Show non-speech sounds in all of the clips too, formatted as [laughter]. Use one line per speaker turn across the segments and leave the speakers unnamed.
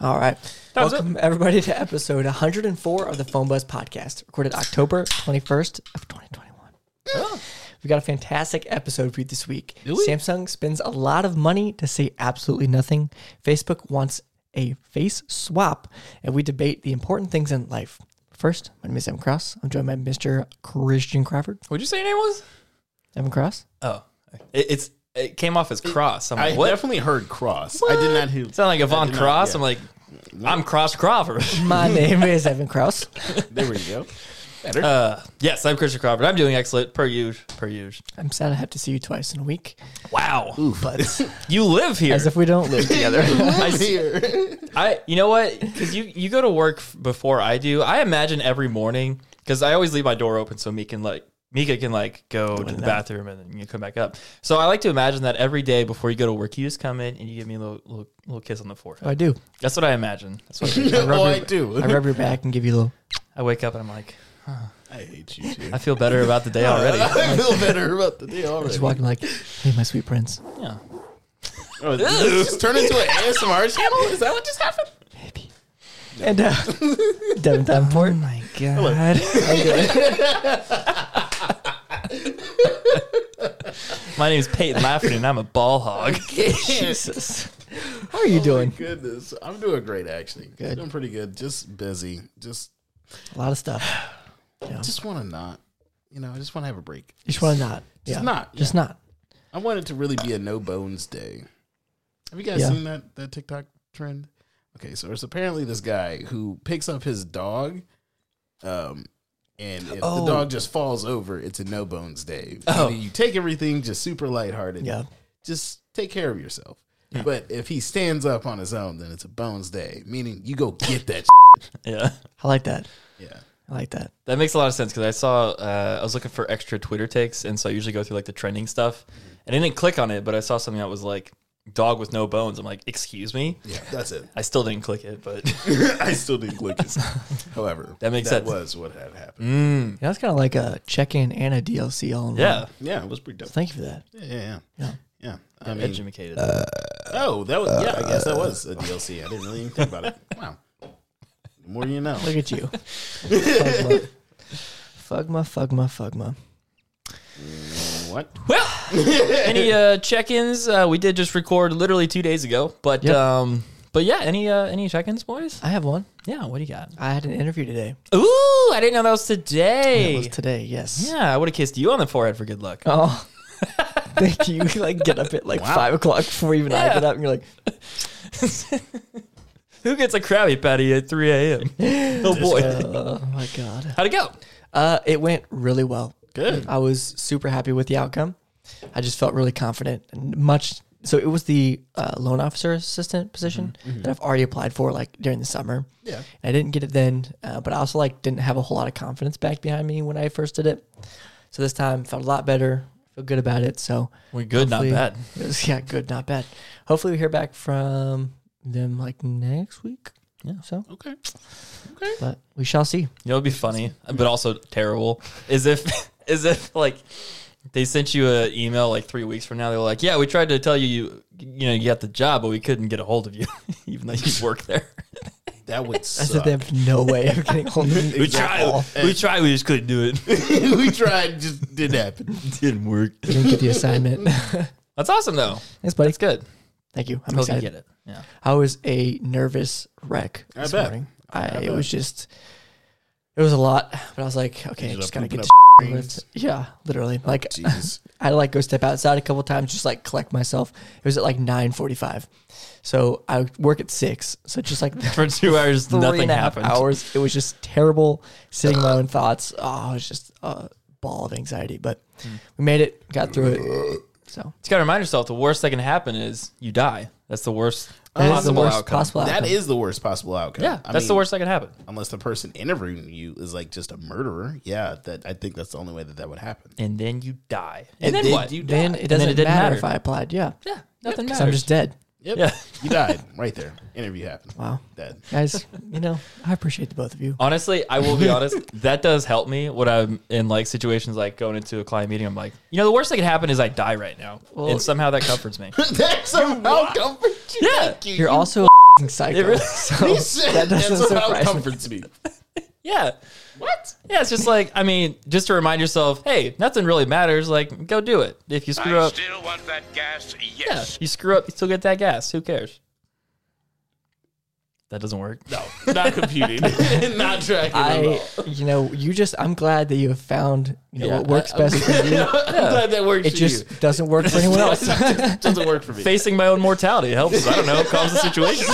All right.
That was it.
Welcome, everybody, to episode 104 of the Phone Buzz Podcast, recorded October 21st of 2021. We've got a fantastic episode for you this week.
Oh. Do we?
Samsung spends a lot of money to say absolutely nothing. Facebook wants a face swap, and we debate the important things in life. First, my name is Evan Cross. I'm joined by Mr. Christian Crawford.
Would you say your name was?
Evan
[laughs]
Cross?
Oh, it, it's it came off as Cross. I'm
I
like, what?
definitely heard cross. I did not hear.
Sound like Yvonne
I did not-
Cross.
yeah.
I'm like, I'm Cross Crawford.
My name is Evan Cross.
There we go.
uh, yes, I'm Christian Crawford. I'm doing excellent per usual. Per usual.
I'm sad I have to see you twice in a week,
Wow,
but
you live here.
as if we don't live together.
[laughs] I,
[laughs]
see- I- you know what? Because you you go to work f- before I do. I imagine every morning because I always leave my door open so Mika can like Mika can like go to the bathroom and then you come back up. So I like to imagine that every day before you go to work, you just come in and you give me a little little, little kiss on the forehead.
Oh, I
[laughs]
do.
That's what I imagine. That's what I, do.
oh, I do.
I rub your back and give you a little.
I wake up and I'm like,
I hate you too.
I feel better about the day
[laughs]
already.
I feel better about the day [laughs] already.
Just walking like, hey, my sweet prince.
Yeah.
Oh, did this just turn into an [laughs] ASMR channel? Is that what just happened?
Baby. And uh, [laughs] Devin Davenport. Oh [laughs] my god.
My name is Peyton Lafferty and I'm a ball hog.
Jesus. [laughs] How are you doing?
Oh Goodness, I'm doing great actually.
Good.
Doing pretty good. Just busy. Just,
A lot of stuff.
just want to not. You know, I just want to have a break.
You just want to not.
Just
yeah.
not.
Just not.
I want it to really be a no bones day. Have you guys
Yeah.
seen that that TikTok trend? Okay, so there's apparently this guy who picks up his dog, um, and if
Oh.
the dog just falls over, it's a no bones day.
[laughs] Oh.
Meaning You take everything just super lighthearted.
Yeah.
Just take care of yourself. But if he stands up on his own, then it's a bones day. Meaning you go
[laughs]
get that.
Yeah.
I like that.
yeah.
I like that.
That makes a lot of sense because I saw uh, I was looking for extra Twitter takes, and so I usually go through like the trending stuff, and I didn't click on it, but I saw something that was like dog with no bones. I'm like, excuse me.
Yeah. That's it. [laughs]
I still didn't click it, but [laughs]
I still didn't click it. However,
That makes
that
sense. Mm.
was what had happened.
You know, it's kind of like a check in and a DLC all in
yeah,
one.
Yeah, it was pretty dope.
Thank you for that.
Yeah, yeah, yeah.
Yeah.
yeah. I mean,
educated.
Oh, that was yeah. I guess that was a DLC. I didn't really even think about it. Wow. The more you know.
Look at you. Fugma. Fugma, Fugma, Fugma.
What?
well, [laughs] any uh, check-ins? Uh, we did just record literally two days ago, but
Yep.
um, but yeah, any uh, any check-ins, boys?
I have one.
Yeah, what do you got?
I had an interview today.
Ooh, I didn't know that was today.
It was today, yes.
yeah, I would have kissed you on the forehead for good luck.
Oh. [laughs] Thank you. [laughs] You, Like get up at like
Wow.
five o'clock before even I
Yeah.
get up, and you're like,
Who gets a Krabby Patty at 3 [laughs] a.m.? oh boy.
[laughs] oh my god.
How'd it go?
Uh, it went really well.
Good.
I was super happy with the outcome. I just felt really confident and much. So it was the uh, loan officer assistant position that I've already applied for like during the summer.
Yeah.
I didn't get it then, uh, but I also like didn't have a whole lot of confidence back behind me when I first did it. So this time felt a lot better. Feel good about it. So
We're good,
hopefully-
not bad.
It was, [laughs] yeah, good, not bad. Hopefully we hear back from them like next week.
Yeah.
So,
Okay.
but we shall see.
You know, it'd be funny, but also terrible. Is if, [laughs] is if like they sent you an email like three weeks from now, they were like, "Yeah, we tried to tell you, you, you know, you got the job, but we couldn't get a hold of you, [laughs] even though you work there.
That would
I said
suck.
they have no way of getting hold of me.
[laughs] we tried, we tried, we just couldn't do it. [laughs]
[laughs] we tried, just didn't happen.
Didn't work.
Didn't get the [laughs] assignment.
That's awesome though.
Thanks, buddy.
That's good.
Thank you. I'm
Hope you
excited.
get it. Yeah.
I was a nervous wreck
I
this
bet.
morning. I,
I
it
bet.
was just, it was a lot, but I was like, okay,
Ended
just
up
gotta get
pooping
to
up Oh,
with. Yeah, literally. Like
Jeez.
[laughs] I had to, like go step outside a couple times, just like collect myself. It was at like nine forty-five, so I work at six. So just like [laughs]
For two hours,
three and a half
nothing happened.
Hours. It was just terrible. Sitting in
[sighs]
my own thoughts. Oh, it was just a ball of anxiety. But
Hmm.
we made it. Got through it.
[sighs]
So
Just gotta remind yourself: the worst that can happen is you die. That's the worst
that is the
possible
worst
outcome.
possible outcome.
That is the worst possible outcome.
Yeah,
Uh, I
that's the
mean,
worst that can happen.
Unless the person interviewing you is like just a murderer. Yeah, that I think that's the only way that that would happen.
And then you die.
And then
what?
you die.
Then it doesn't
it didn't
matter,
matter.
if I applied. Yeah.
yeah, nothing
Because
matters.
I'm just dead.
Yep.
Yeah.
You died right there. Interview happened.
Wow.
Dead. [laughs]
Guys, you know, I appreciate the both of you.
Honestly, I will be honest. That does help me when I'm in like situations like going into a client meeting. I'm like, you know, the worst that could happen is I die right now, and somehow that comforts me.
that's somehow comfort you.
[laughs] Yeah.
Thank
[laughs]
you.
You're also psycho.
really-
so [laughs]
[laughs] He said
that doesn't
that's how it
surprise me.
comforts me.
Yeah. What? Yeah, it's just like I mean, just to remind yourself, hey, nothing really matters. Like, go do it. If you screw
I
up,
still want that gas,
yeah,
yes.
you screw up, you still get that gas. Who cares? That doesn't work.
No, not computing, [laughs] not tracking. at all.
I, you know, you just. I'm glad that you have found you know
Yeah,
what works best for
[laughs]
you.
[laughs] I'm glad that works
It
for
just
you.
doesn't work for anyone else.
[laughs] doesn't work for me.
Facing my own mortality helps. I don't know, calms the situation.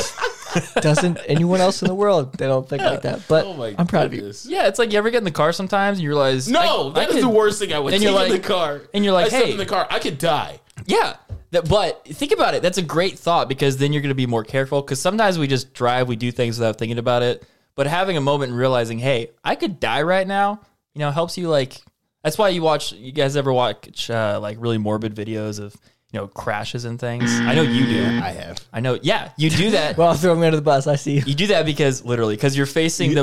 doesn't anyone else in the world? They don't think like that. But
Oh my
I'm proud
goodness.
Yeah, it's like you ever get in the car sometimes and you realize
No,
I- I
that is
could-
the worst thing I would.
And
And
you're
you're in the
like-
car,
and you're like,
I step
hey.
in the car, I could die.
Yeah. That, but think about it. That's a great thought because then you're going to be more careful. Because sometimes we just drive, we do things without thinking about it. But having a moment and realizing, hey, I could die right now, you know, helps you like. That's why you watch. You guys ever watch uh, like really morbid videos of you know crashes and things? I know you do.
I have.
I know. Yeah, you do that.
that you. Well, throw me under the bus. I see. you.
you do that because literally because you're facing the.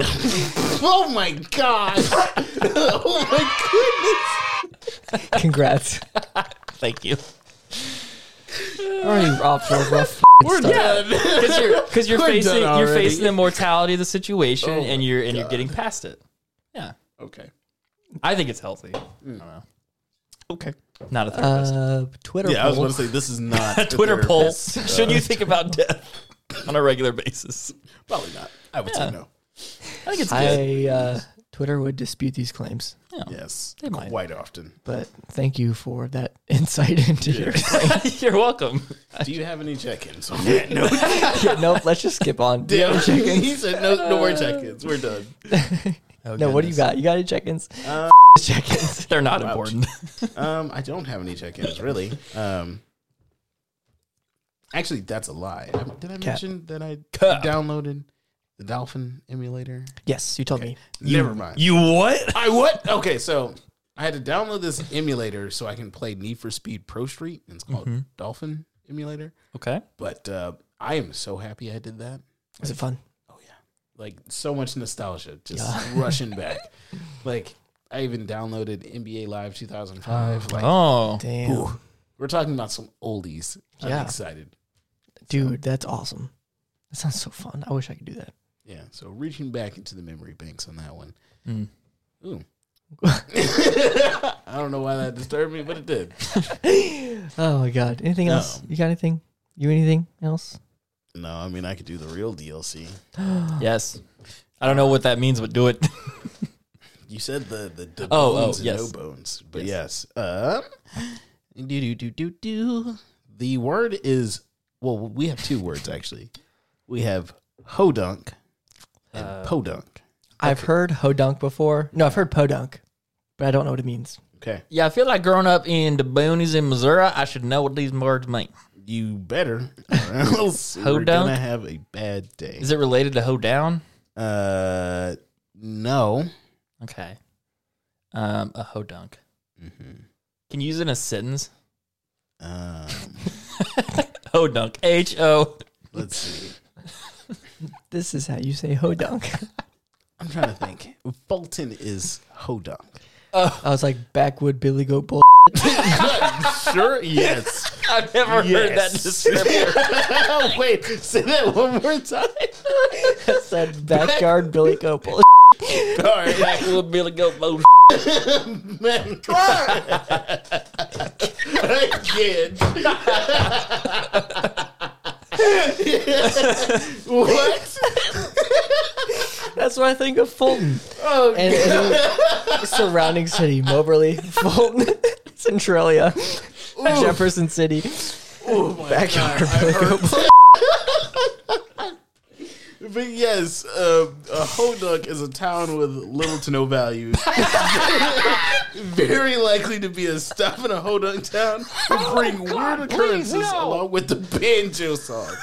[laughs] Oh my
[laughs]
god! oh my
Congrats.
Thank you.
Already off for a rough
goodness, we're done. [laughs]
Because you're because you're
We're
facing
done
you're
already.
facing the mortality of the situation
Oh
and
my
you're and you're getting past it. Yeah,
okay.
I think it's healthy.
Okay.
Not a therapist.
uh, Twitter
Yeah, I was
poll.
going to say this
[laughs]
is not a
Twitter
therapist.
poll. Should you think about death on a regular basis?
[laughs] Probably not. I would say no.
I think it's good.
I uh, Twitter would dispute these claims,
Yes,
might.
quite often.
but thank you for that [laughs] insight into your.
[laughs] You're [laughs] welcome.
Do you have
[laughs]
any check-ins? [laughs] on that? no.
[laughs] Yeah, nope. Let's just skip on.
Damn check-ins. He said no. No more check-ins. We're done.
[laughs] no, what do you got? You got any check-ins? check-ins.
They're not important.
Um, I don't have any check-ins really. Um, actually, that's a lie. I- Did I mention that I
Cap.
downloaded the Dolphin emulator?
Yes, you told me.
Never mind.
you what?
I what? Okay, so I had to download this emulator so I can play Need for Speed Pro Street. And it's called
Mm-hmm.
Dolphin Emulator.
Okay.
But uh, I am so happy I did that.
Was it fun?
Like so much nostalgia, just rushing back. Like I even downloaded NBA Live 2005. Like
Oh,
Damn,
we're talking about some oldies. I'm
Yeah.
excited.
dude, that's awesome. That sounds so fun. I wish I could do that.
Yeah, so reaching back into the memory banks on that one.
Mm.
Ooh. [laughs] I don't know why that disturbed me, but it did.
Oh my god. Anything else? You got anything? You anything else?
No, I mean I could do the real DLC.
yes. I don't know what that means, but do it. [laughs]
You said the the, the
Oh, oh,
bones
yes.
and no bones, but yes. Um, do do do do do. The word is well. We have two words actually. We have hodunk and
Uh,
podunk.
I've heard hodunk before. No, I've heard podunk, but I don't know what it means.
Okay,
yeah, I feel like growing up in the boonies in Missouri, I should know what these words mean.
you
[laughs]
better. [laughs] Or else we're
Hodunk?
gonna have a bad day.
Is it related to hoe down?
Uh, no.
Okay. Um, a hoe dunk. Can you use it in a sentence?
Um,
Hoe dunk. H O.
let's see.
This is how you say hodunk.
I'm trying to think. Fulton is hodunk.
[laughs] I was like backwood Billy Goat bull.
[laughs] Sure. Yes.
I've never heard that
Yes.
description.
[laughs] Wait. Say that one more time.
[laughs] I said backyard Billy Goat bull.
All right.
Back little Billy Goat Bo [laughs]
Man, Again. [laughs]
[laughs]
what?
[laughs] That's what I think of Fulton. Oh, and, and the surrounding city: Moberly, Fulton, [laughs] Centralia, Jefferson City. backyard Billy Goat bull.
[laughs] But yes, um, a Hodunk is a town with little to no
[laughs]
value. Very likely to be a stop in a Hodunk town
Oh,
and bring weird occurrences along with the banjo song.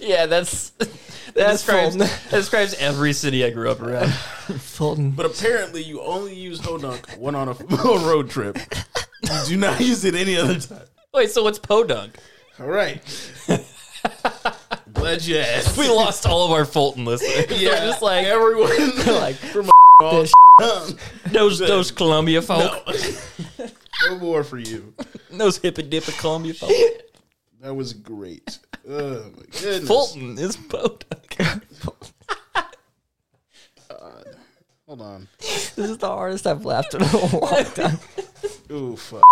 Yeah, that's that describes,
Fulton.
that describes every city I grew up around.
Fulton.
But apparently, you only use Hodunk when on a, [laughs] a road trip. You do not use it any other time.
Wait, so what's podunk? [laughs]
All right. Glad you asked.
We lost all of our Fulton listeners. Yeah,
[laughs] Yeah.
just like [laughs]
Everyone [laughs]
Like
all
this
those those Columbia folk,
no more for you.
those hippy dippy Columbia folk.
That was great. oh my goodness.
Fulton is Podunk.
Hold on.
This is the hardest I've laughed in a long time.
Ooh, fuck.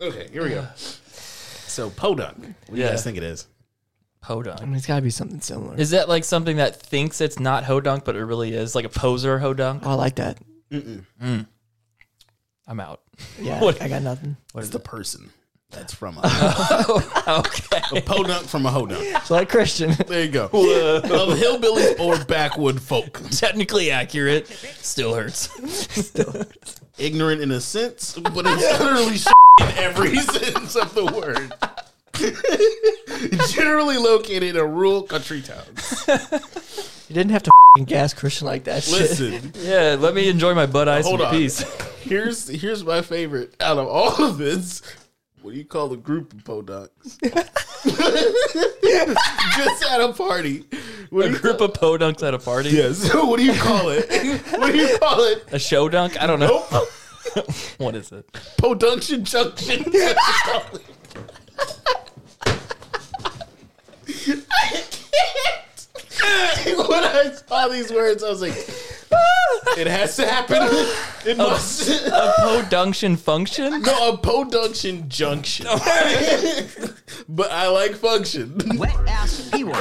Okay, here we go. So podunk. What do you
Yeah.
guys think it is?
I
Podunk.
mean, it's got to be something similar.
Is that like something that thinks it's not Hodunk, but it really is? Like a poser Hodunk?
oh, I like that.
I'm out.
Yeah,
What-
I got nothing.
What is the person that's from a, [laughs]
okay.
a podunk from a hodunk?
So like Christian. [laughs]
There you go. of hillbillies or backwood folk,
Technically accurate. Still hurts.
ignorant in a sense, but it's literally [laughs] s- in every sense of the word. [laughs] Generally located in a rural country towns.
You didn't have to f***ing gas Christian like that. shit.
Listen,
Yeah, let me enjoy my Bud Ice
Hold
in
on.
peace. [laughs]
here's here's my favorite out of all of this. What do you call a group of podunks? [laughs] Just at a party. What
A
do you
group of Podunks at a party.
Yeah, so [laughs] what do you call it? What do you call it?
A show dunk? I don't know.
Nope.
What is it?
Podunction
[laughs]
Junction. I can't. when I saw these words, I was like, it has to happen. It must.
A podunction function?
no, a podunction junction. but I like function.
Wet ass P word.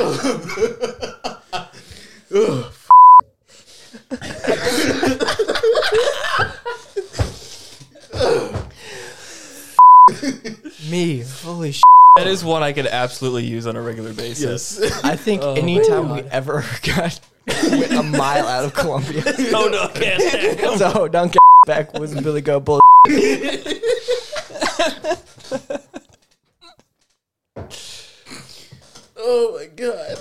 Me. Holy sh.
That is one I could absolutely use on a regular basis.
Yes.
I think anytime we ever [laughs] got went a mile out of Columbia,
[laughs] Oh no, can't stand him.
so don't get back was Billy Go Bull.
oh my god.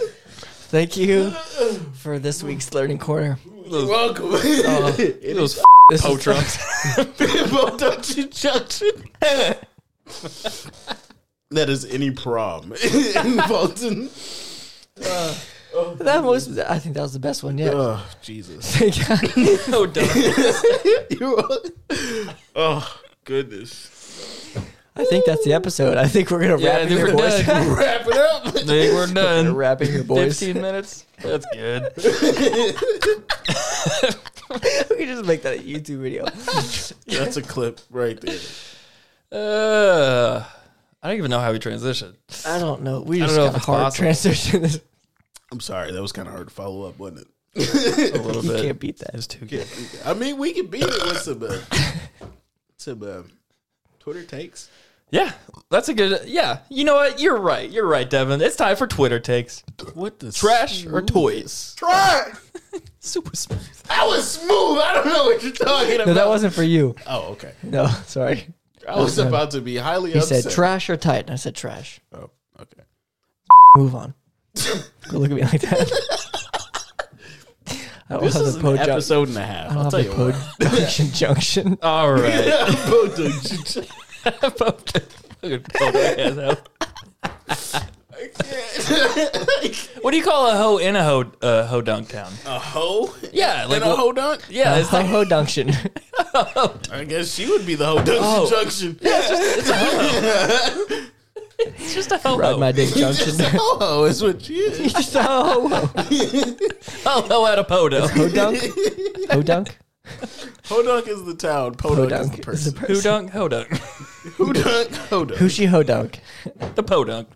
Thank [laughs] you for this week's learning corner.
You're welcome.
It
[laughs]
was
This
po
is
trunks. [laughs]
podunction junction. that is any prom [laughs] in Fulton.
that was. I think that was the best one [laughs] yet.
Oh, [laughs] Jesus.
Podunk.
oh, goodness.
I think that's the episode. I think we're gonna
Yeah, I
wrap it
think
here,
we're
boys.
done.
Wrap it up.
I think
[laughs]
we're
We're
done.
wrapping
[laughs]
here, boys.
15 minutes. That's good. [laughs]
[laughs] we can just make that a YouTube
[laughs]
video.
That's a clip right there.
Uh, I don't even know how we transitioned.
I don't know. We
I
just
don't
got
know if
a
it's
hard
possible.
transition. [laughs] This
I'm sorry. That was kind of hard to follow up, wasn't it?
A little
you
bit.
can't beat that.
It's too good.
I mean, we could beat it with some, uh, some uh, Twitter takes.
Yeah, that's a good. Yeah, you know what? You're right. You're right, Devin. It's time for Twitter takes.
What the
Trash or toys?
Trash!
Super smooth.
That was smooth. I don't know what you're talking about.
No, that wasn't for you.
oh, okay.
No, [laughs] sorry.
I was about to be highly
He
upset.
said trash or tight, and I said trash.
Oh, okay.
Move on. Go look at me like that.
[laughs]
I don't
This
have
is
the
an
po jump.
episode and a half.
I don't
I'll tell
have
you
the [laughs]
what.
po junction junction.
[laughs] All right.
Podunction
what do you call a hoe in a hoe uh, hoe dunk town?
A hoe?
Yeah, like
and a
what-
hoe dunk?
Yeah, [laughs] it's [laughs]
Ho
like
ho junction.
I guess she would be the hoe dunk
Oh.
junction.
it's just a hoe
Ride my
hoe.
dick junction.
Just a [laughs] hoe hoe is what she is.
Just a ho ho
Hoe hoe at a [laughs] podo.
ho dunk. Ho dunk.
Hoe dunk is the town. Podunk is the
Podunk is the
person.
person.
Who dunk? Hoe dunk.
Who dunk? Hoe dunk.
Hooshie ho dunk.
The podunk.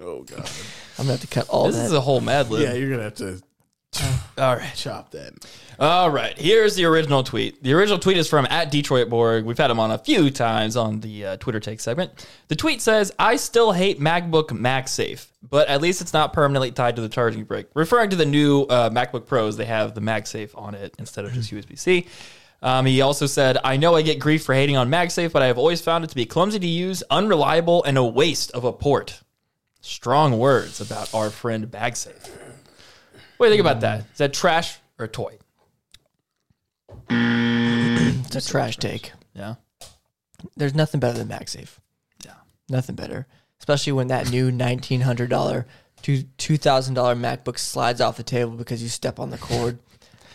Oh god.
I'm gonna have to cut all
This
that.
is a whole Mad Lib.
Yeah,
[laughs]
you're gonna have to
All right.
chop that.
All right, here's the original tweet. The original tweet is from at Detroit Borg. We've had him on a few times on the uh, Twitter take segment. The tweet says, "I still hate MacBook MagSafe, but at least it's not permanently tied to the charging brick." Referring to the new uh, MacBook Pros, they have the MagSafe on it instead of just USB-C. Um, he also said, "I know I get grief for hating on MagSafe, but I have always found it to be clumsy to use, unreliable, and a waste of a port." Strong words about our friend MagSafe. What do you think about that? Is that trash or toy?
It's a trash take.
Yeah.
There's nothing better than MagSafe.
Yeah.
Nothing better. Especially when that new nineteen hundred dollar to two thousand dollar MacBook slides off the table because you step on the cord.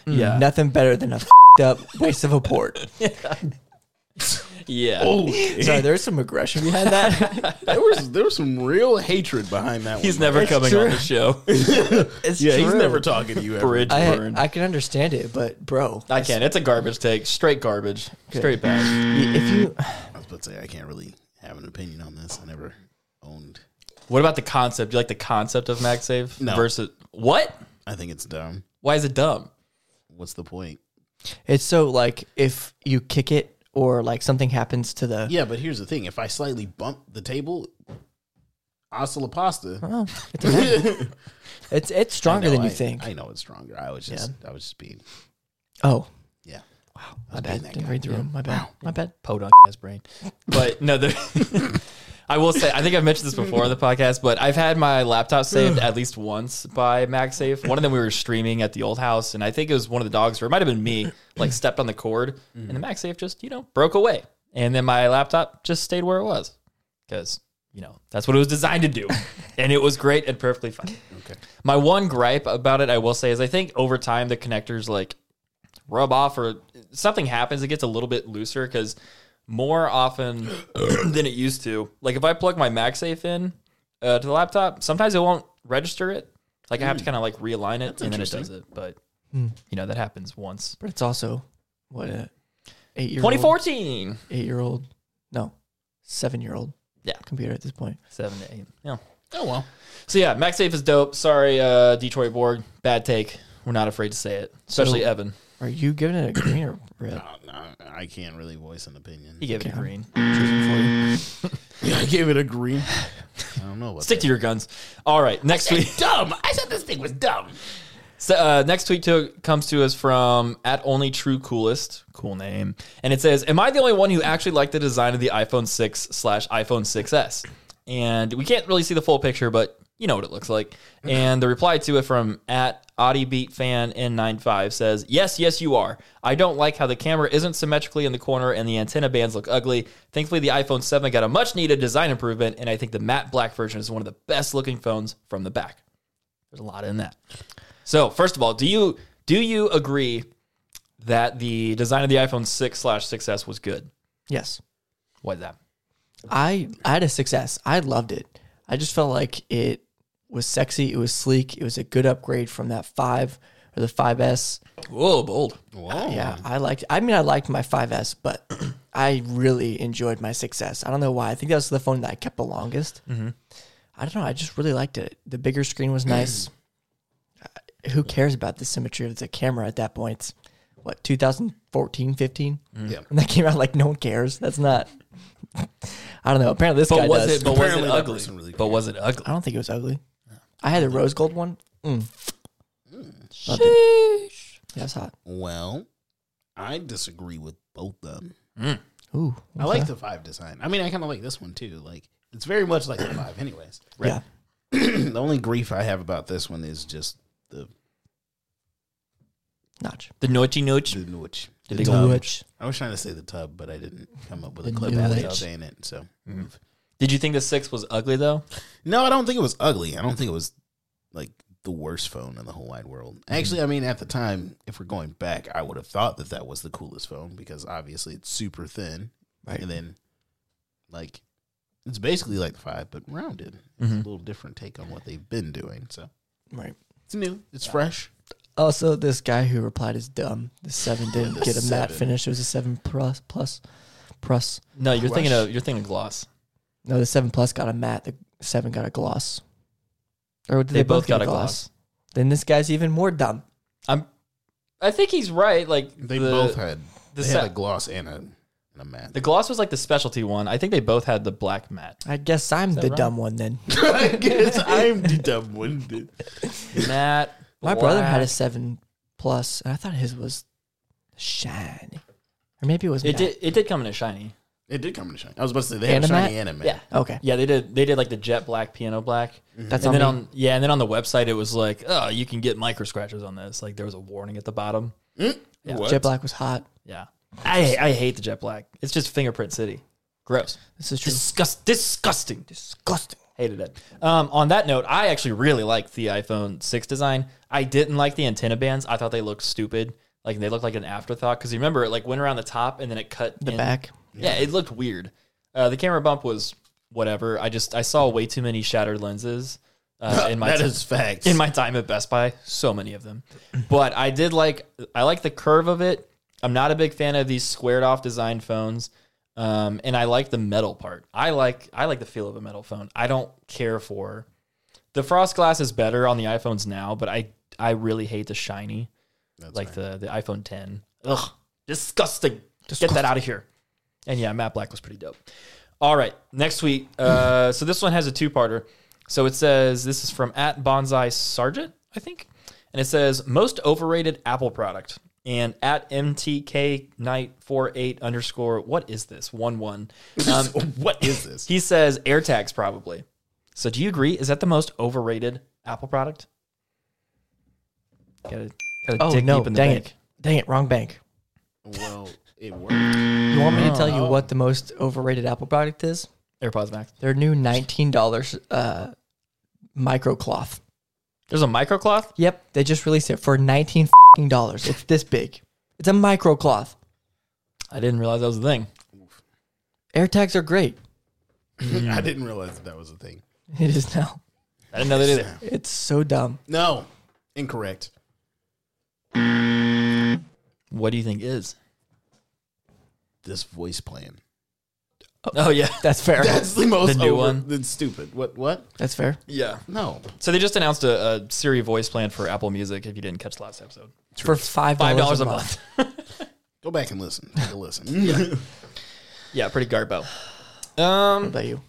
Yeah.
Nothing better than a fed up waste of a port.
Yeah.
[laughs]
Sorry, there's some aggression behind that.
There was there was some real hatred behind that.
He's
one.
never
It's
coming
true.
on the show.
[laughs] It's
Yeah, he's
true.
never talking to you. Ever.
Bridge
I,
burned. I,
I can understand it, but bro,
can't. It's a garbage take. Straight garbage. Straight bad.
if you
I was about to say I can't really have an opinion on this. I never owned.
What about the concept? Do you like the concept of MagSafe
No.
versus what?
I think it's dumb.
Why is it dumb?
What's the point?
It's so like if you kick it or like something happens to the
Yeah, but here's the thing: if I slightly bump the table, hasta la pasta.
Oh, it doesn't
[laughs]
matter. it's it's stronger
No,
than you
I-
think.
I know it's stronger. I was just, I was just being,
oh,
yeah. Wow,
my bad. Didn't read the room. My bad. My bad.
podunk his brain. But no, the, [laughs] I will say I think I've mentioned this before on the podcast, but I've had my laptop saved at least once by MagSafe. One of them we were streaming at the old house, and I think it was one of the dogs, or it might have been me, like stepped on the cord, and the MagSafe just you know broke away, and then my laptop just stayed where it was because you know that's what it was designed to do, and it was great and perfectly fine. Okay. My one gripe about it, I will say, is I think over time the connectors like rub off or something happens, it gets a little bit looser because more often [clears throat] than it used to, like if I plug my MagSafe in uh, to the laptop, sometimes it won't register it. Like I have to kind of like realign it and then it does it. But you know, that happens once.
But it's also what a eight year old,
2014.
eight year old, no, seven year old.
Yeah.
computer at this point.
Seven to eight. Yeah.
Oh well,
So yeah, MagSafe is dope. Sorry, uh, Detroit Borg. Bad take. We're not afraid to say it, especially Evan.
Are you giving it a green
[coughs]
or red?
no, no, I can't really voice an opinion. [laughs]
He gave it a
Okay.
green.
I gave it a green. I don't know. What
Stick to your guns. All right, next tweet.
[laughs] dumb. I said this thing was dumb.
So, uh, next tweet to, comes to us from at only true coolest, cool name, and it says, "Am I the only one who actually liked the design of the iPhone 6 slash iPhone 6s?" And we can't really see the full picture, but you know what it looks like. And the reply to it from at AudieBeatFan N95 says, "Yes, yes, you are. I don't like how the camera isn't symmetrically in the corner and the antenna bands look ugly. Thankfully, the iPhone 7 got a much needed design improvement, and I think the matte black version is one of the best looking phones from the back. There's a lot in that." So first of all, do you do you agree that the design of the iPhone six slash 6S was good?
Yes,
Why that?
I I had a success. I loved it. I just felt like it was sexy. It was sleek. It was a good upgrade from that five or the 5S.
Whoa, bold.
Whoa.
Yeah, I liked. I mean, I liked my 5S, but [clears throat] I really enjoyed my 6S. I don't know why. I think that was the phone that I kept the longest. I don't know. I just really liked it. The bigger screen was nice. Uh, Who cares about the symmetry of the camera at that point? It's, what 2014, 15?
Yeah.
When that came out, like no one cares. That's not. [laughs] I don't know. Apparently, this
But
guy
was
does. [laughs]
it? But was it
Apparently that
ugly?
person really
but was it ugly?
I don't think it was ugly. I had a rose gold one. Mm. Loved it. Yeah, it's hot.
Well, I disagree with both of them.
Ooh,
I like the five design. I mean, I kind of like this one too. Like it's very much like the five, anyways.
yeah.
[clears throat] the only grief I have about this one is just the
Notch.
The noichy nooch.
the nooch.
The
The tub.
witch.
I was trying to say the tub, but I didn't come up with a
The
clip without
nooch.
saying it. So
Did you think the six was ugly though?
no, I don't think it was ugly. I don't think it was like the worst phone in the whole wide world.
Mm-hmm.
Actually, I mean, at the time, if we're going back, I would have thought that that was the coolest phone because obviously it's super thin,
Right.
And then like it's basically like the five, but rounded.
Mm-hmm.
It's a little different take on what they've been doing. So
Right.
it's new, it's fresh.
Also, this guy who replied is dumb. The
[laughs]
seven didn't get a matte
seven.
finish. It was a seven plus plus plus.
No, you're thinking
Crush.
of you're thinking of gloss.
No, the seven plus got a matte. The seven got a gloss. Or did
They, both
get
got a gloss.
Then this guy's even more dumb.
I'm. I think he's right. Like
They
the,
both had
the
they had a
sa-
gloss and a and a matte.
the [laughs] gloss was like the specialty one. I think they both had the black [laughs] matte.
I guess I'm the dumb one then.
I guess I'm the dumb one.
Matte.
My brother had a
black.
seven plus, and I thought his was shiny, or maybe it was.
It
matte.
did. It did come in a shiny.
It did come in shiny. I was about to say they had a
Animat?
shiny anime.
Yeah.
Okay,
Yeah, they did. They did like the jet black, piano black.
that's
and
on
then
me.
on yeah, and then on the website it was like, oh, you can get micro scratches on this. Like there was a warning at the bottom.
Jet black was hot.
Yeah, I I hate the jet black. It's just fingerprint city. Gross.
This is true.
Disgust. Disgusting.
Disgusting.
Hated it. Um, on that note, I actually really liked the iPhone 6 design. I didn't like the antenna bands. I thought they looked stupid. Like they looked like an afterthought because you remember it like went around the top and then it cut
The
in-
back.
Yeah, it looked weird. Uh, the camera bump was whatever. I just I saw way too many shattered lenses uh,
[laughs]
in my
That
ti-
is facts.
in my time at Best Buy. So many of them, but I did like I like the curve of it. I'm not a big fan of these squared off design phones, um, and I like the metal part. I like I like the feel of a metal phone. I don't care for the frost glass is better on the iPhones now, but I I really hate the shiny, like the the iPhone 10. Ugh, disgusting. Get that out of here. And yeah, Matt Black was pretty dope. All right, next week. Uh, so this one has a two-parter. So it says this is from at Bonsai Sargent, I think, and it says most overrated Apple product. And at MTK Knight 48 underscore what is this one
[laughs]
one? Um,
what is this?
he says AirTags probably. So do you agree? Is that the most overrated Apple product? Gotta, gotta
Oh
dig
no!
deep in the
Dang
bank.
it! Dang it! Wrong bank.
well, it worked.
You want me to tell you what the most overrated Apple product is?
AirPods Max.
Their new nineteen dollars uh, micro cloth.
There's a microcloth.
Yep, they just released it for nineteen dollars. It's this big. It's a micro cloth.
I didn't realize that was a thing.
AirTags are great.
I didn't realize that, that was a thing.
It is now.
I didn't know that either.
It's so dumb.
No, incorrect.
[laughs] What do you think is?
This voice plan. [laughs]
Oh [laughs] yeah,
That's fair.
That's the most
The new
over-
one?
That's stupid. What? What?
[laughs] That's fair.
yeah.
No.
So they just announced a, a Siri voice plan for Apple Music. If you didn't catch the last episode,
For five
five
dollars a month.
Go back and listen. Take a listen. yeah.
yeah, pretty garbo. Um,
What about you?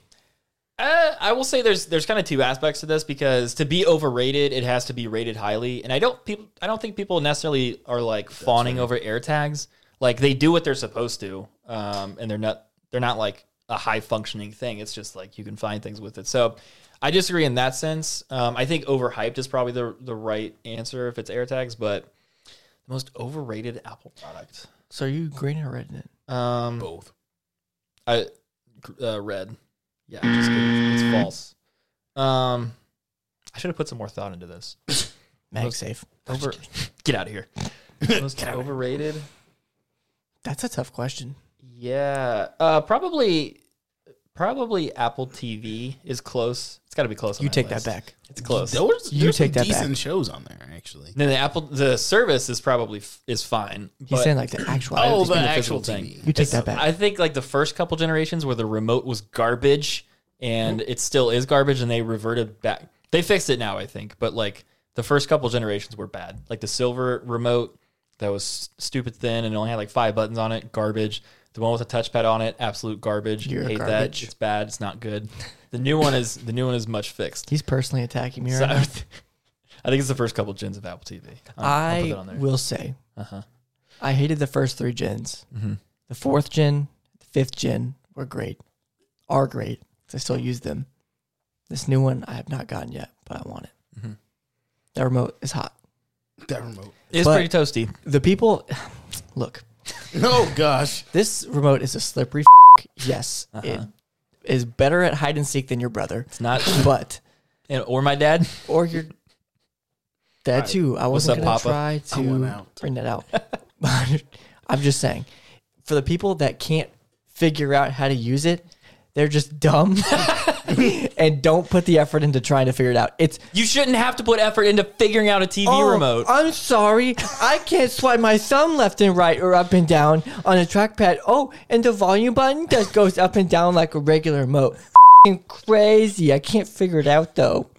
Uh, I will say there's there's kind of two aspects to this because to be overrated, it has to be rated highly, and I don't people I don't think people necessarily are like fawning over AirTags. Like they do what they're supposed to, um, and they're not they're not like a high functioning thing. It's just like you can find things with it. So I disagree in that sense. Um, I think overhyped is probably the the right answer if it's AirTags, but the most overrated Apple product.
So are you green or red in it?
Um,
Both.
I uh, red. Yeah, I'm just kidding. It's false. Um, I should have put some more thought into this.
MagSafe.
Over, [laughs] get out
[laughs]
of here. Most overrated.
That's a tough question.
Yeah, uh, probably, probably Apple TV is close. It's got to be close. on
You
my
take
list.
that back.
It's close.
Those,
You
there's
take
some
that back.
decent shows on there actually.
Then the Apple, the service is probably f- is fine.
He's
but-
saying like the actual.
Oh, the
been a physical
actual
thing.
TV.
you take
It's-
that back.
I think like the first couple generations where the remote was garbage and it still is garbage and they reverted back. They fixed it now, I think, but like the first couple generations were bad. Like the silver remote that was s- stupid thin and only had like five buttons on it, garbage. The one with a touchpad on it, absolute garbage.
You're
Hate
garbage.
that. It's bad. It's not good. The new one is the new one is much fixed.
He's personally attacking me
So, [laughs]
right
I
now.
think it's the first couple gens of Apple TV. I'll- I'll put that
I
on there. Uh-huh.
will say, I hated the first three gens.
Mm-hmm.
The fourth gen, the fifth gen were great, are great. 'cause I still use them. This new one I have not gotten yet, but I want it.
Mm-hmm.
That remote is hot.
That remote.
It's
but-
pretty toasty.
The people, [sighs] look,
Oh gosh.
this remote is a slippery. [laughs] F- yes,
Uh-huh.
it is better at hide and seek than your brother,
It's not,
but
and- or my dad.
or your dad too. I
What's
wasn't
up,
gonna
Papa?
try
I want
to
out.
bring that out. [laughs] But I'm just saying, for the people that can't figure out how to use it, they're just dumb [laughs] and don't put the effort into trying to figure it out. It's
You shouldn't have to put effort into figuring out a TV
Oh,
remote.
I'm sorry. I can't swipe my thumb left and right or up and down on a trackpad. Oh, and the volume button just goes up and down like a regular remote. F***ing crazy. I can't figure it out though.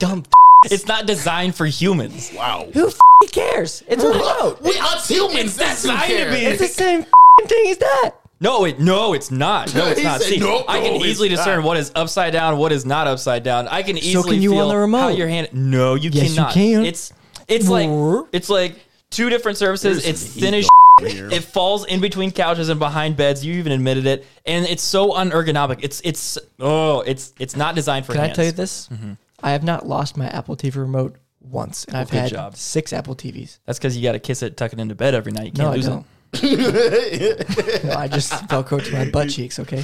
Dumb.
it's not designed for humans.
Wow.
Who f***ing cares? It's a remote.
We us humans. That's not
designed to be-
It's the same f***ing thing as that.
No, it no, it's not.
[laughs]
No, it's
He
not.
said,
See,
"Nope,
I can
no,
easily
it's
discern
not."
what is upside down, what is not upside down. I can easily
can you
feel
on the remote.
how your hand. No, you
Yes, you
cannot.
can.
It's it's like
Brrr.
it's like two different services.
There's
it's
an
thin as
ego
shit.
here.
It falls in between couches and behind beds. You even admitted it, and it's so unergonomic. It's it's oh, it's it's not designed for.
Can
hands.
I tell you this?
Mm-hmm.
I have not lost my Apple TV remote once, and I've
good
had
job.
six Apple TVs.
That's because you got to kiss it, tuck it into bed every night. You can't
No, I
lose
don't.
[laughs]
no, I just velcro to my butt cheeks. Okay.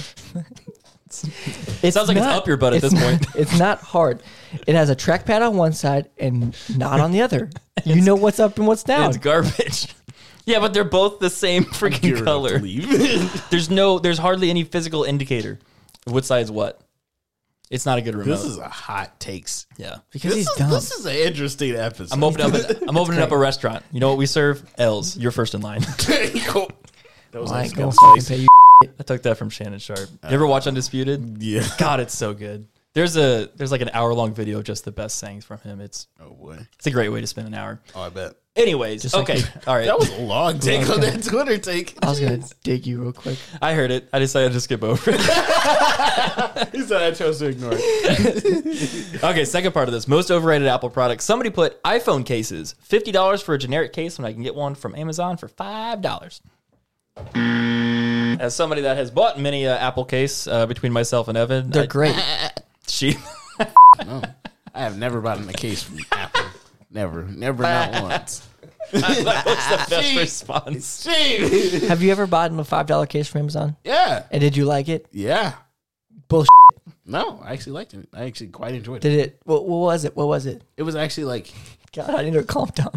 It
sounds like it's up your butt at this point.
It's not hard. It has a
[laughs]
trackpad on one side and not on the other. You know what's up and what's
it.
down.
It's garbage. [laughs] Yeah, but they're both the same freaking
You're gonna
color.
leave. [laughs]
There's no, there's hardly any physical indicator of which side's what. It's not a good remote.
this is a hot takes. [laughs]
yeah.
because
this
he's
is,
dumb.
This is an interesting episode.
I'm opening up. A, I'm opening up a restaurant. You know what we serve? L's. You're first in line. [laughs]
[laughs] Cool. That was
I ain't
nice.
gonna fucking pay you.
I took that from Shannon Sharp. You ever watch Undisputed?
Yeah.
God, it's so good. There's a there's like an hour long video of just the best sayings from him. It's
Oh boy.
it's a great way to spend an hour.
Oh, I bet.
Anyways,
like
okay, all right.
That was a long take on that Twitter take.
I was
[laughs]
gonna dig you real quick.
I heard it. I decided to skip over it.
He said I chose to ignore it.
okay, second part of this most overrated Apple product. Somebody put iPhone cases fifty dollars for a generic case when I can get one from Amazon for five dollars. As somebody that has bought many uh, Apple case uh, between myself and Evan,
They're
I-
great.
[laughs] She
I have never bought in a case
[laughs]
from Apple. Never, never, not once.
that was the best response.
Gee.
Have you ever bought in a five dollar case from Amazon?
Yeah,
And did you like it?
yeah.
Bullshit.
No, I actually liked it. I actually quite enjoyed it.
Did it? What, what was it? What was it?
It was actually like
God, I need to calm down.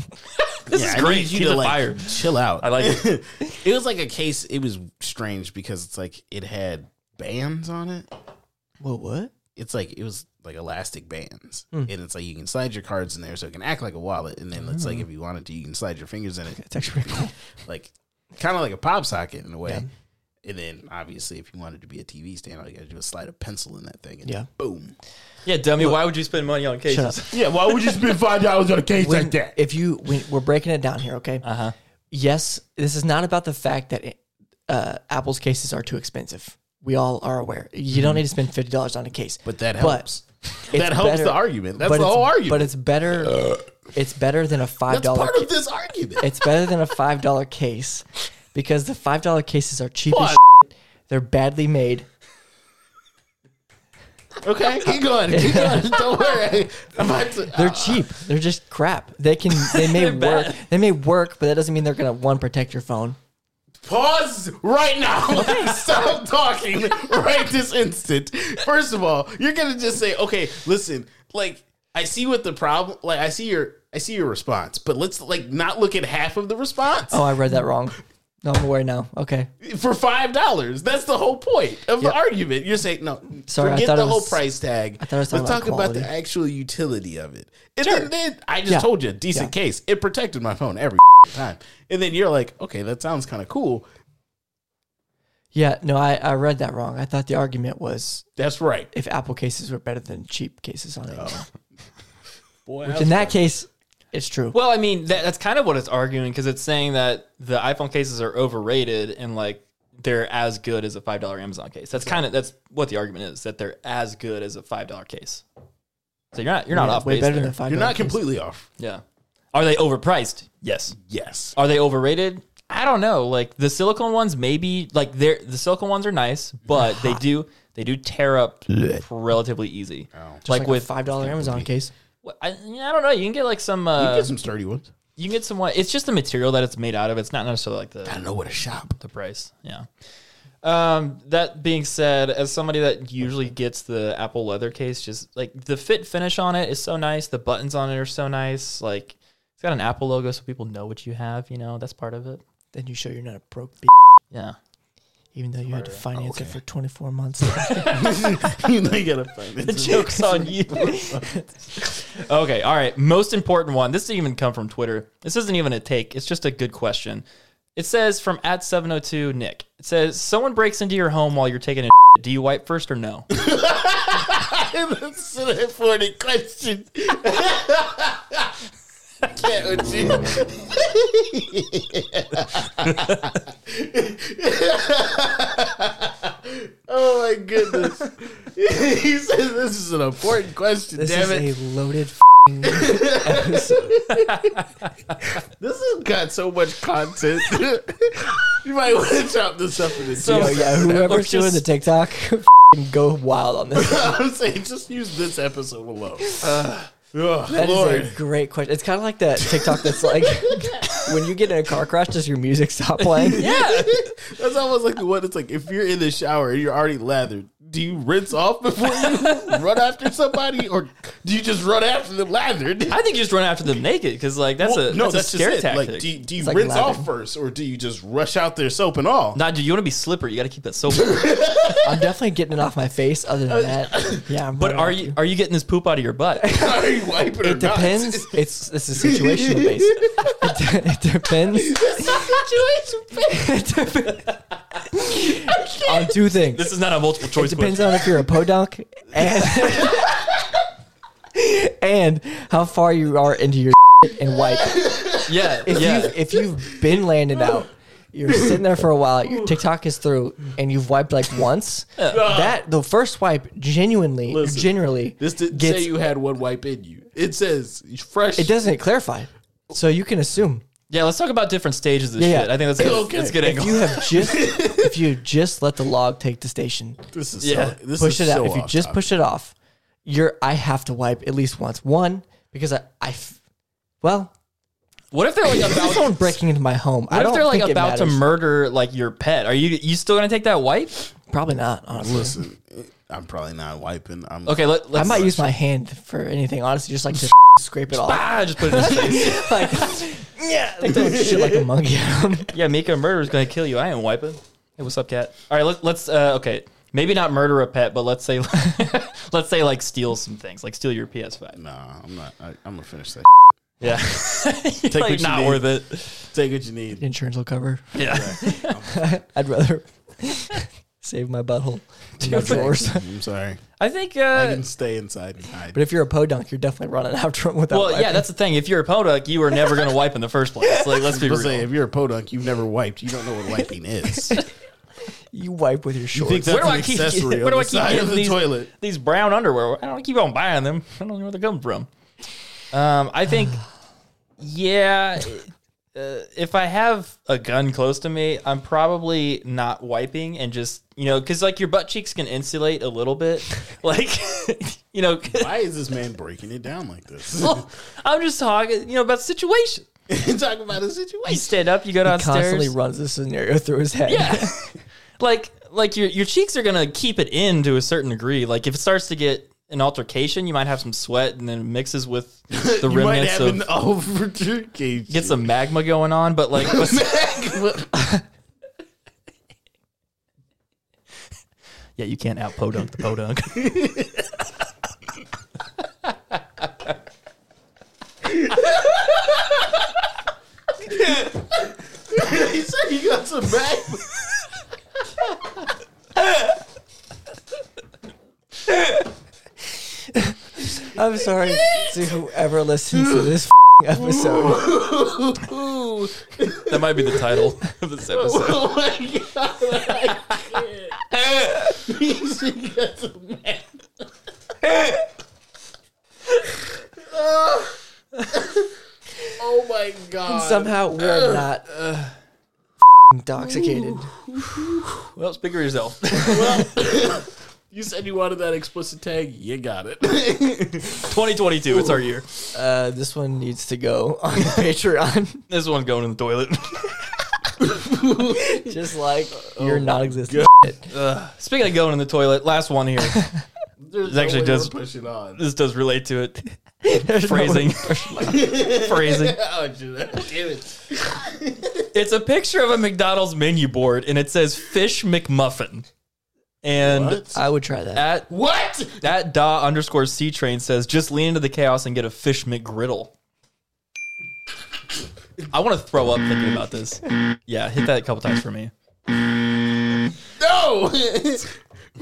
This
Yeah,
is
I
great.
need you
Keep
to
it
like
fired.
chill out.
I like it.
[laughs]
It was like a case. It was strange because it's like it had bands on it.
What? What?
It's like it was like elastic bands,
Hmm.
and it's like you can slide your cards in there, so it can act like a wallet. And then it's
Hmm.
like if you wanted to, you can slide your fingers in it.
It's actually pretty cool.
like kind of like a pop socket in a way. And then obviously, if you wanted to be a TV stand, all you got to do is slide a pencil in that thing, and
Yeah.
boom.
Yeah, dummy. why would you spend money on cases?
Yeah, why would you spend five dollars on a case
When- If you, when, we're breaking it down here, okay? Uh
Uh-huh.
Yes, this is not about the fact that uh, Apple's cases are too expensive. We all are aware. You don't need to spend fifty dollars on a case,
But that helps.
it's
That helps
better-
the argument. That's
but
the
it's-
whole argument. Uh.
But it's better. it's better than a five
That's
dollar.
part of this argument.
It's better than a five dollar case because the five dollar cases are cheap. As [laughs]
What?
shit. They're badly made.
Okay, keep going. Keep going. Don't worry. [laughs] I'm about to, uh,
They're cheap. They're just crap. They
[laughs]
can. They may work.
bad.
They may work, but that doesn't mean they're gonna one protect your phone.
Pause right
[laughs]
now. [laughs] Stop talking right this instant. First of all, you're gonna just say, okay, listen, like I see what the problem like I see your I see your response, but let's like not look at half of the response
Oh, I read that wrong. No, I'm aware now. Okay.
for five dollars. That's the whole point of the argument. You're saying no,
Sorry, I
forget
thought
the
it
whole
was-
price tag.
thought it was
Let's
talking about
talk about the
quality.
actual utility of it. And then, then I just
Yeah.
told you, decent case. It protected my
[laughs]
phone every time. And then you're like, okay, that sounds kind of cool.
Yeah. No, I, I read that wrong. I thought the argument was
That's right.
if Apple cases were better than cheap cases on
Oh.
[laughs]
Amazon.
Boy,
Which in that case, it's true.
Well, I mean, that, that's kind of what it's arguing because it's saying that the iPhone cases are overrated and like they're as good as a five dollar Amazon case. That's kind of that's what the argument is that they're as good as a five dollar case. So you're not you're not off
way
base
better
there.
than five.
You're not
dollar cases.
completely off.
yeah. Are they overpriced? Yes.
Yes.
Are they overrated? I don't know. Like the silicone ones, maybe like they're the silicone ones are nice, but
[laughs]
they do they do tear up relatively easy.
Just
Like,
like,
with
a five dollar Amazon case.
Well, I, I don't know. You can get like some. Uh,
Get some sturdy ones.
you can get some. what- It's just the material that it's made out of. It's not necessarily like
I
the
know what a [laughs] shop.
the price. Yeah. Um, that being said, as somebody that usually gets the Apple leather case, just like the fit finish on it is so nice. The buttons on it are so nice. Like it's got an Apple logo, so people know what you have. You know, that's part of it.
Then you show you're not a broke b,
Yeah.
even though you had to finance it
Okay.
for 24
[laughs]
months.
you know, you gotta find [laughs] it.
The
[laughs]
joke's on you. okay, all right. Most important one. This didn't even come from Twitter. This isn't even a take. It's just a good question. It says from at 702 Nick. It says, someone breaks into your home while you're taking a Do you wipe first or no?
[laughs] That's an important question. [laughs] Can't with you. [laughs] oh my goodness. [laughs] he says this is an important question,
This
damn it.
is a
[laughs]
loaded. F-
this has got so much content. [laughs] you might want to chop this up in a
So-
Yo,
[laughs]
so,
yeah,
Or
whoever's
just-
doing the TikTok, [laughs] f***ing go wild on
[laughs]
this.
[laughs] I'm saying just use this episode alone. Uh, Ugh,
That is
Lord.
a great question. It's kind of like that TikTok that's like [laughs]
[laughs]
when you get in a car crash, does your music stop playing?
[laughs] Yeah.
That's almost like the one. It's like if you're in the shower and you're already lathered, do you rinse off before you [laughs] run after somebody, or do you just run after them lathered?
I think you just run after them naked because like that's
Well,
a that's, a scare
just it.
tactic.
Like, do you, do you
like
rinse
lathered.
off first, or do you just rush out there soap and all?
nah, dude, you want to be slippery. You got to keep that soap.
I'm definitely getting it off my face. Other than
[coughs]
that, yeah. I'm
Uh, but
running
are
off.
you are you getting this poop out of your butt?
[laughs] Are you wiping or
It depends.
[laughs]
It's it's a situational base. It, de- it depends. [laughs] Situation on two things.
This is not a multiple choice.
it depends
question.
on if you're a podunk
[laughs]
and [laughs] and how far you are into your [laughs] and wipe.
yeah,
If
yeah.
you if you've been landed out, you're sitting there for a while. Your TikTok is through, and you've wiped like once. That the first wipe genuinely,
Listen,
generally
This didn't
gets
say you had one wipe in you. It says fresh.
it doesn't clarify, so you can assume.
yeah, let's talk about different stages of
Yeah,
shit.
yeah.
I think that's a good,
Okay.
that's a good
If
angle.
you have
[laughs]
just if you just let the log take the station,
This is
Yeah.
so. This
push
is
it out.
so
If you
off
just
topic.
push it off, you're I have to wipe at least once. One because I, I f- well
what if they're
[laughs]
like
about
about?
someone breaking into my home. I
What
don't
if they're like
think it
about to
matters.
murder like your pet? Are you you still gonna take that wipe?
Probably not. Honestly,
Listen, I'm probably not wiping. I'm
Okay, let,
I
let's.
might use my hand for anything. Honestly, just like [laughs] to scrape it off.
[laughs] Ah, just put it in his face.
like [laughs] yeah, like that shit like a monkey.
[laughs] Yeah, Mika murder is gonna kill you. I ain't wiping. Hey, what's up, cat? All right, let, let's. Uh, okay, maybe not murder a pet, but let's say, [laughs] let's say like steal some things, like steal your PS5.
Nah, I'm not. I, I'm gonna finish that.
[laughs] Yeah, Take
what you
not
need.
worth it.
Take what
[laughs]
you
[laughs]
need.
Insurance will cover.
Yeah,
[laughs] I'd rather [laughs] save my butthole. in my drawers. [laughs]
I'm sorry.
I think.
I
Uh,
can stay inside and hide.
But if you're a podunk, you're definitely running [laughs] after him without.
well, yeah,
wiping.
that's the thing. If you're a podunk, you were never gonna wipe in the first place. Like, let's be
Let's
real.
say if you're a podunk, you've never wiped. You don't know what wiping is.
you wipe with your shorts.
think
where do
That's an
I keep?
accessory on
[laughs] Where do
the
I keep
side
getting
of the
these,
toilet.
these brown underwear? I don't keep on buying them. I don't know where they come from. Um, I
[sighs]
think, yeah, uh, if I have a gun close to me, I'm probably not wiping and just you know because like your butt cheeks can insulate a little
[laughs]
bit, like [laughs] you know.
Why is this man breaking it down like
[laughs]
this? [laughs]
I'm just talking, you know, about situation.
Talk about a
You
[laughs] situation.
stand up, you go downstairs.
constantly runs this scenario through his head.
Yeah. [laughs] like like your your cheeks are gonna keep it in to a certain degree. Like if it starts to get an altercation, you might have some sweat and then it mixes with the
[laughs] You might
remnants
have
of
an [laughs] overdrinking.
get
[laughs]
some magma going on, but like what's- Yeah, you can't out podunk the podunk.
he said you got some back.
I'm
[laughs]
sorry to whoever listens to this [laughs] episode.
[laughs] that might be the title of this episode.
[laughs] Oh my god! I can't. He said you got some back. oh my god!
Somehow we're not intoxicated.
Well, speak for yourself. [laughs]
You said you wanted that explicit tag. You got it.
2022, it's our year.
Uh, this one needs to go on [laughs] Patreon,
This one's going in the toilet. [laughs]
just like your non-existent.
Speaking of going in the toilet, last one [laughs] here.
There's
actually
way
just-
we're
[laughs]
pushing on. [laughs]
This does relate to it.
[laughs] There's no [laughs]
Phrasing. Phrasing.
Oh, Judah. Damn it.
It's a picture of a McDonald's menu board, and it says Fish McMuffin. And
one- I would try that.
at
What?
at da underscore C train says, just lean into the chaos and get a Fish McGriddle. I want to throw up thinking about this. Yeah, hit that a couple times for me.
No! [laughs]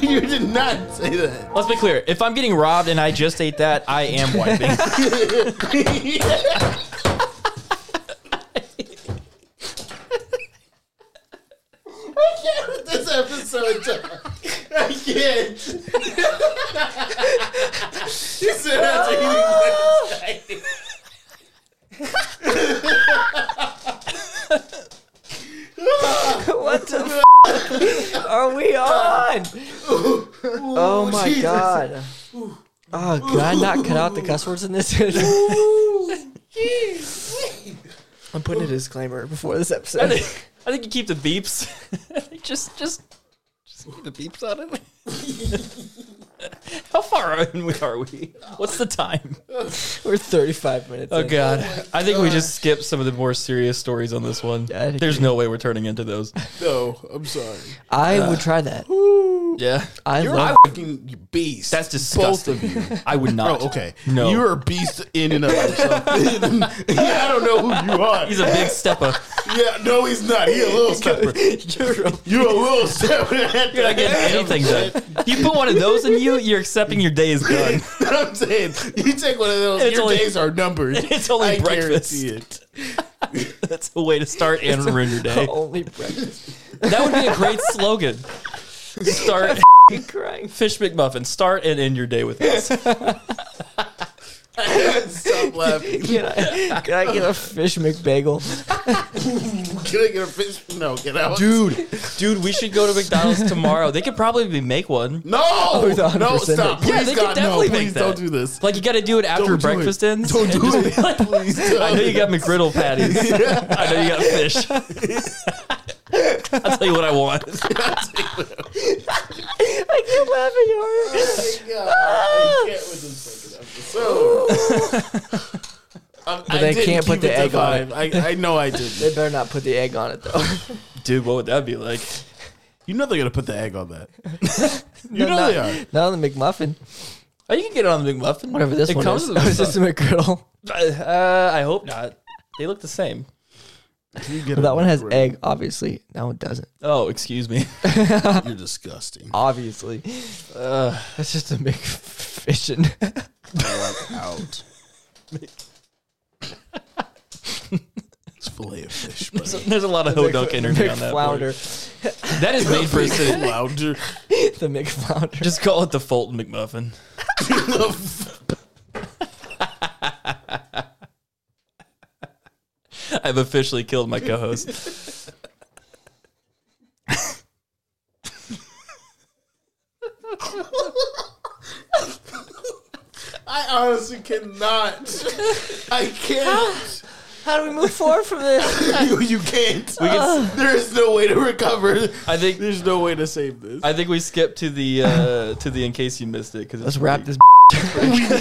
you did not say that.
Let's be clear. If I'm getting robbed and I just ate that, I am wiping.
[laughs] This episode. I [laughs] can't. you said after eating
[laughs]
Wednesday.
[laughs] What the f- are we on? Oh my
Jesus.
god. Oh, could I not cut out the cuss words in this? [laughs] I'm putting a disclaimer before this
[laughs] I
episode.
[laughs] think you keep the beeps. just, just, just the beeps on it. How far [laughs] in we are we? What's the time?
[laughs] We're 35 minutes.
Oh
in.
god, I think we just skipped some of the more serious stories on this one.
Yeah, I
There's no way we're turning into those.
No, I'm sorry.
I would try that.
Yeah,
I
You're
love
a fucking beast.
That's disgusting.
Both of you.
I would [laughs]
Oh,
not.
okay.
No.
You're a beast in and of yourself. [laughs] I don't know who you are.
He's a big [laughs] stepper.
yeah, no, he's not. He's a
[laughs]
little stepper.
You're a-
You're a little [laughs] stepper.
You're not getting anything done. You put one of those in you, you're accepting your day is done. [laughs]
[laughs] I'm saying. You take one of those,
It's
your
only-
days are numbered.
It's only
I
breakfast.
guarantee it.
That's a way to start and ruin your day.
[laughs] only breakfast.
That would be a great slogan. [laughs] Start
You crying?
fish McMuffin. Start and end your day with us.
[laughs] Stop
[laughs] [laughs]
laughing.
Can I, can I get a fish McBagel? [laughs]
Can I get a fish? No, get out.
Dude,
[laughs] Dude, we should go to McDonald's tomorrow. They could probably make one.
No! no,
100%
stop. Please,
Yeah, they could
God,
definitely
no.
make
Please
that.
don't do this.
Like you got to do it after
Don't do
breakfast
it.
ends.
Don't
and
do
just
it.
be like-
Please don't.
[laughs] I know you got McGriddle patties.
[laughs]
I know you got fish. [laughs] I'll tell you what I want.
I keep laughing hard.
God, I can't with this fucking episode. I, I
they
didn't
can't put
keep
the
to
egg on
five. I, I know I did.
[laughs] They better not put the egg on it though.
Dude, what would that be like?
You know they're gonna put the egg on that.
You
know
not,
they are.
[laughs] Not on the McMuffin.
Oh, you can get it on the McMuffin.
Whatever this
it
one
comes
is.
With a [laughs]
Is [laughs] this a McGriddle?
McMuffin. Uh, I hope not. They look the same.
You get
That
a
one has
McGriddle.
egg, obviously. That one doesn't.
Oh, excuse me.
You're disgusting.
Obviously. That's just a
[laughs]
McFishin.
I'm out. it's fillet of fish,
So [laughs]
buddy.
there's a lot of hodunk energy on that. board.
McFlounder.
That is made for [laughs] a city.
Louder.
[laughs] The McFlounder.
Just call it the Fulton McMuffin. [laughs] I've officially killed my co-host.
I honestly cannot. I can't.
How do we move forward from this?
you, you can't.
We can,
There is no way to recover.
I think
There's no way to save this.
I think we skipped to the uh, to the in case you missed it because
[laughs] Let's wrap this. [laughs]
we need to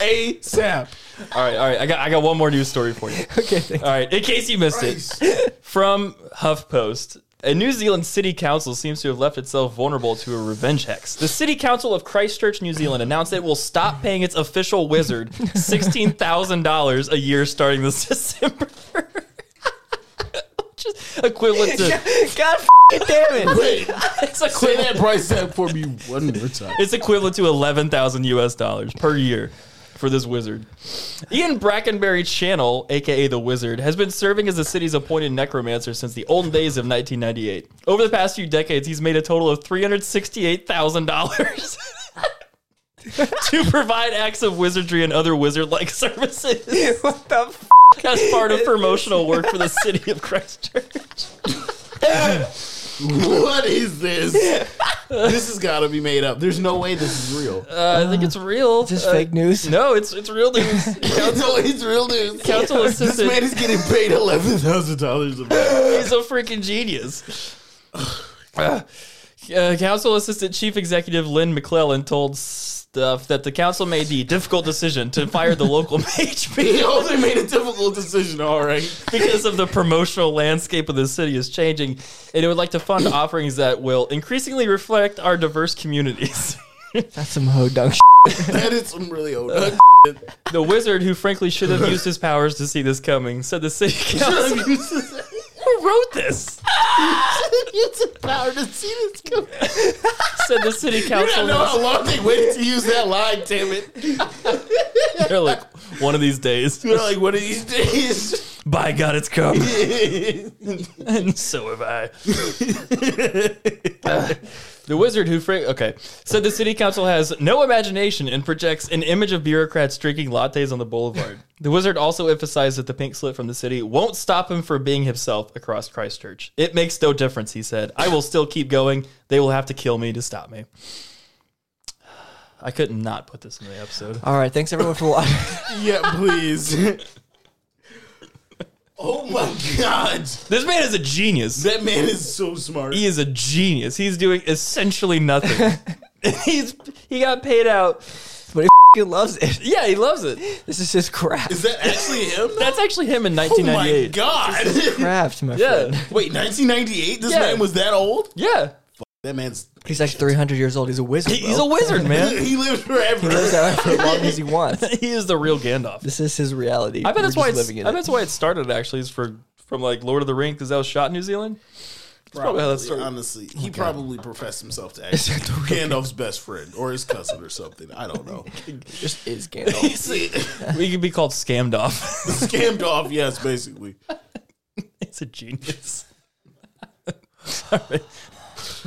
ASAP.
All right, all right. I got I got one more news story for you.
Okay,
[laughs]
thank
All right, in case you missed it.
Christ.
From HuffPost, a New Zealand city council seems to have left itself vulnerable to a revenge hex. The city council of Christchurch, New Zealand announced it will stop paying its official wizard $16,000 a year starting this [laughs] December. [laughs] Which is equivalent to
God f***ing [laughs] damn it.
Wait,
it's
say
equivalent,
that price tag for me one more time.
it's equivalent to 11,000 US dollars per year. For this wizard, Ian Brackenberry Channel, aka the Wizard, has been serving as the city's appointed necromancer since the olden days of 1998. Over the past few decades, he's made a total of $368,000 [laughs] to provide acts of wizardry and other wizard-like services
What the f-
as part of promotional work for the city of Christchurch.
[laughs] What is this? this has got to be made up. There's no way this is real.
Uh, I think it's real.
Is this
Uh,
fake news?
No, it's it's real
[laughs]
news.
no, it's real news.
Council
This
assistant
man is getting paid eleven thousand dollars a month.
He's a freaking genius. [sighs] Uh, council Assistant Chief Executive Lynn McClellan told Stuff that the council made the difficult decision to fire the local [laughs] mage
[laughs] He
because-
only made a difficult decision. All right.
because of the promotional landscape of the city is changing, and it would like to fund offerings that will increasingly reflect our diverse communities. [laughs]
That's some ho dunk sh-
That is some really old. [laughs]
the wizard, who frankly should have used his powers to see this coming, said the city council. who wrote this?
[laughs] it's a power to see this coming.
Said the city
You
council.
don't know how long they waited to use that line, damn it.
They're like, one of these days.
They're like, what are these days?
By God, it's come. and [laughs] so have I. the wizard who fra- okay said the city council has no imagination and projects an image of bureaucrats drinking lattes on the boulevard. The wizard also emphasized that the pink slip from the city won't stop him from being himself across Christchurch. It makes no difference, he said. I will still keep going. They will have to kill me to stop me. [sighs] I could not put this in the episode. [laughs]
All right, thanks everyone for watching.
yeah, please. Oh my god.
This man is a genius.
That man is so smart.
He is a genius. He's doing essentially nothing. [laughs] He's he got paid out.
But he f***ing loves it.
Yeah, he loves it.
This is his craft. [laughs]
Is that actually him?
That's actually [laughs] him in
oh my
1998.
god.
craft, my friend.
yeah,
Wait, 1998? This
Yeah.
man was that old?
yeah.
That man's
He's like 300 years old. He's a wizard.
He- He's
bro.
a wizard, man. [laughs]
he lived forever.
He lives out for as long as he wants.
he is the real Gandalf.
This is his reality.
I bet that's
We're
why
just
it's, I
living in
bet
it.
that's why it started actually is for from like Lord of the Rings because that was shot in New Zealand. That's probably how that started.
Honestly, he probably professed himself to actually Gandalf's best friend or his cousin or something. I don't [laughs] know.
just is
[laughs]
Gandalf.
we could be called scammed [laughs] off.
Scammed off, yes, basically.
it's a genius. [laughs] Sorry.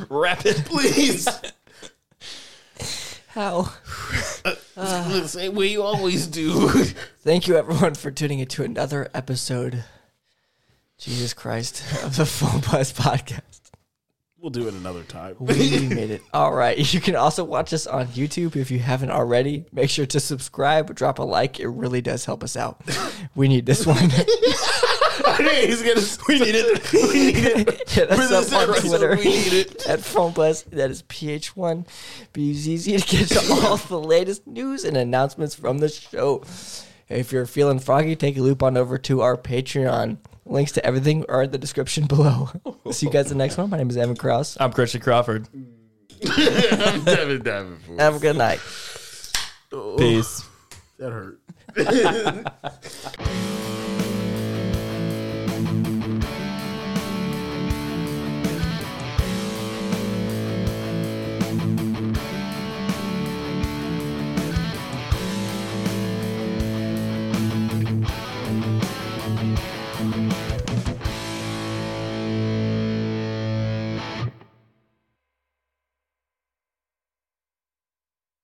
Rapid.
Please
How?
say what you always do.
Thank you, everyone, for tuning in to another episode. Jesus Christ of the Full Buzz Podcast.
We'll do it another time.
We made it. All right. You can also watch us on YouTube if you haven't already. Make sure to subscribe, drop a like. It really does help us out. We need this one.
[laughs]
[laughs]
He's gonna. [laughs] We need it. We [laughs] need it.
Hit
For
us
this
up on
episode,
Twitter
we need it.
at PhoneBuzz. That is PH1. Be easy to get to all the latest news and announcements from the show. If you're feeling froggy, take a loop on over to our Patreon. Links to everything are in the description below. [laughs] See you guys in the next one. My name is Evan Krause.
I'm Christian Crawford.
Damn it, damn it, fool.
Have a good night.
Peace.
That hurt.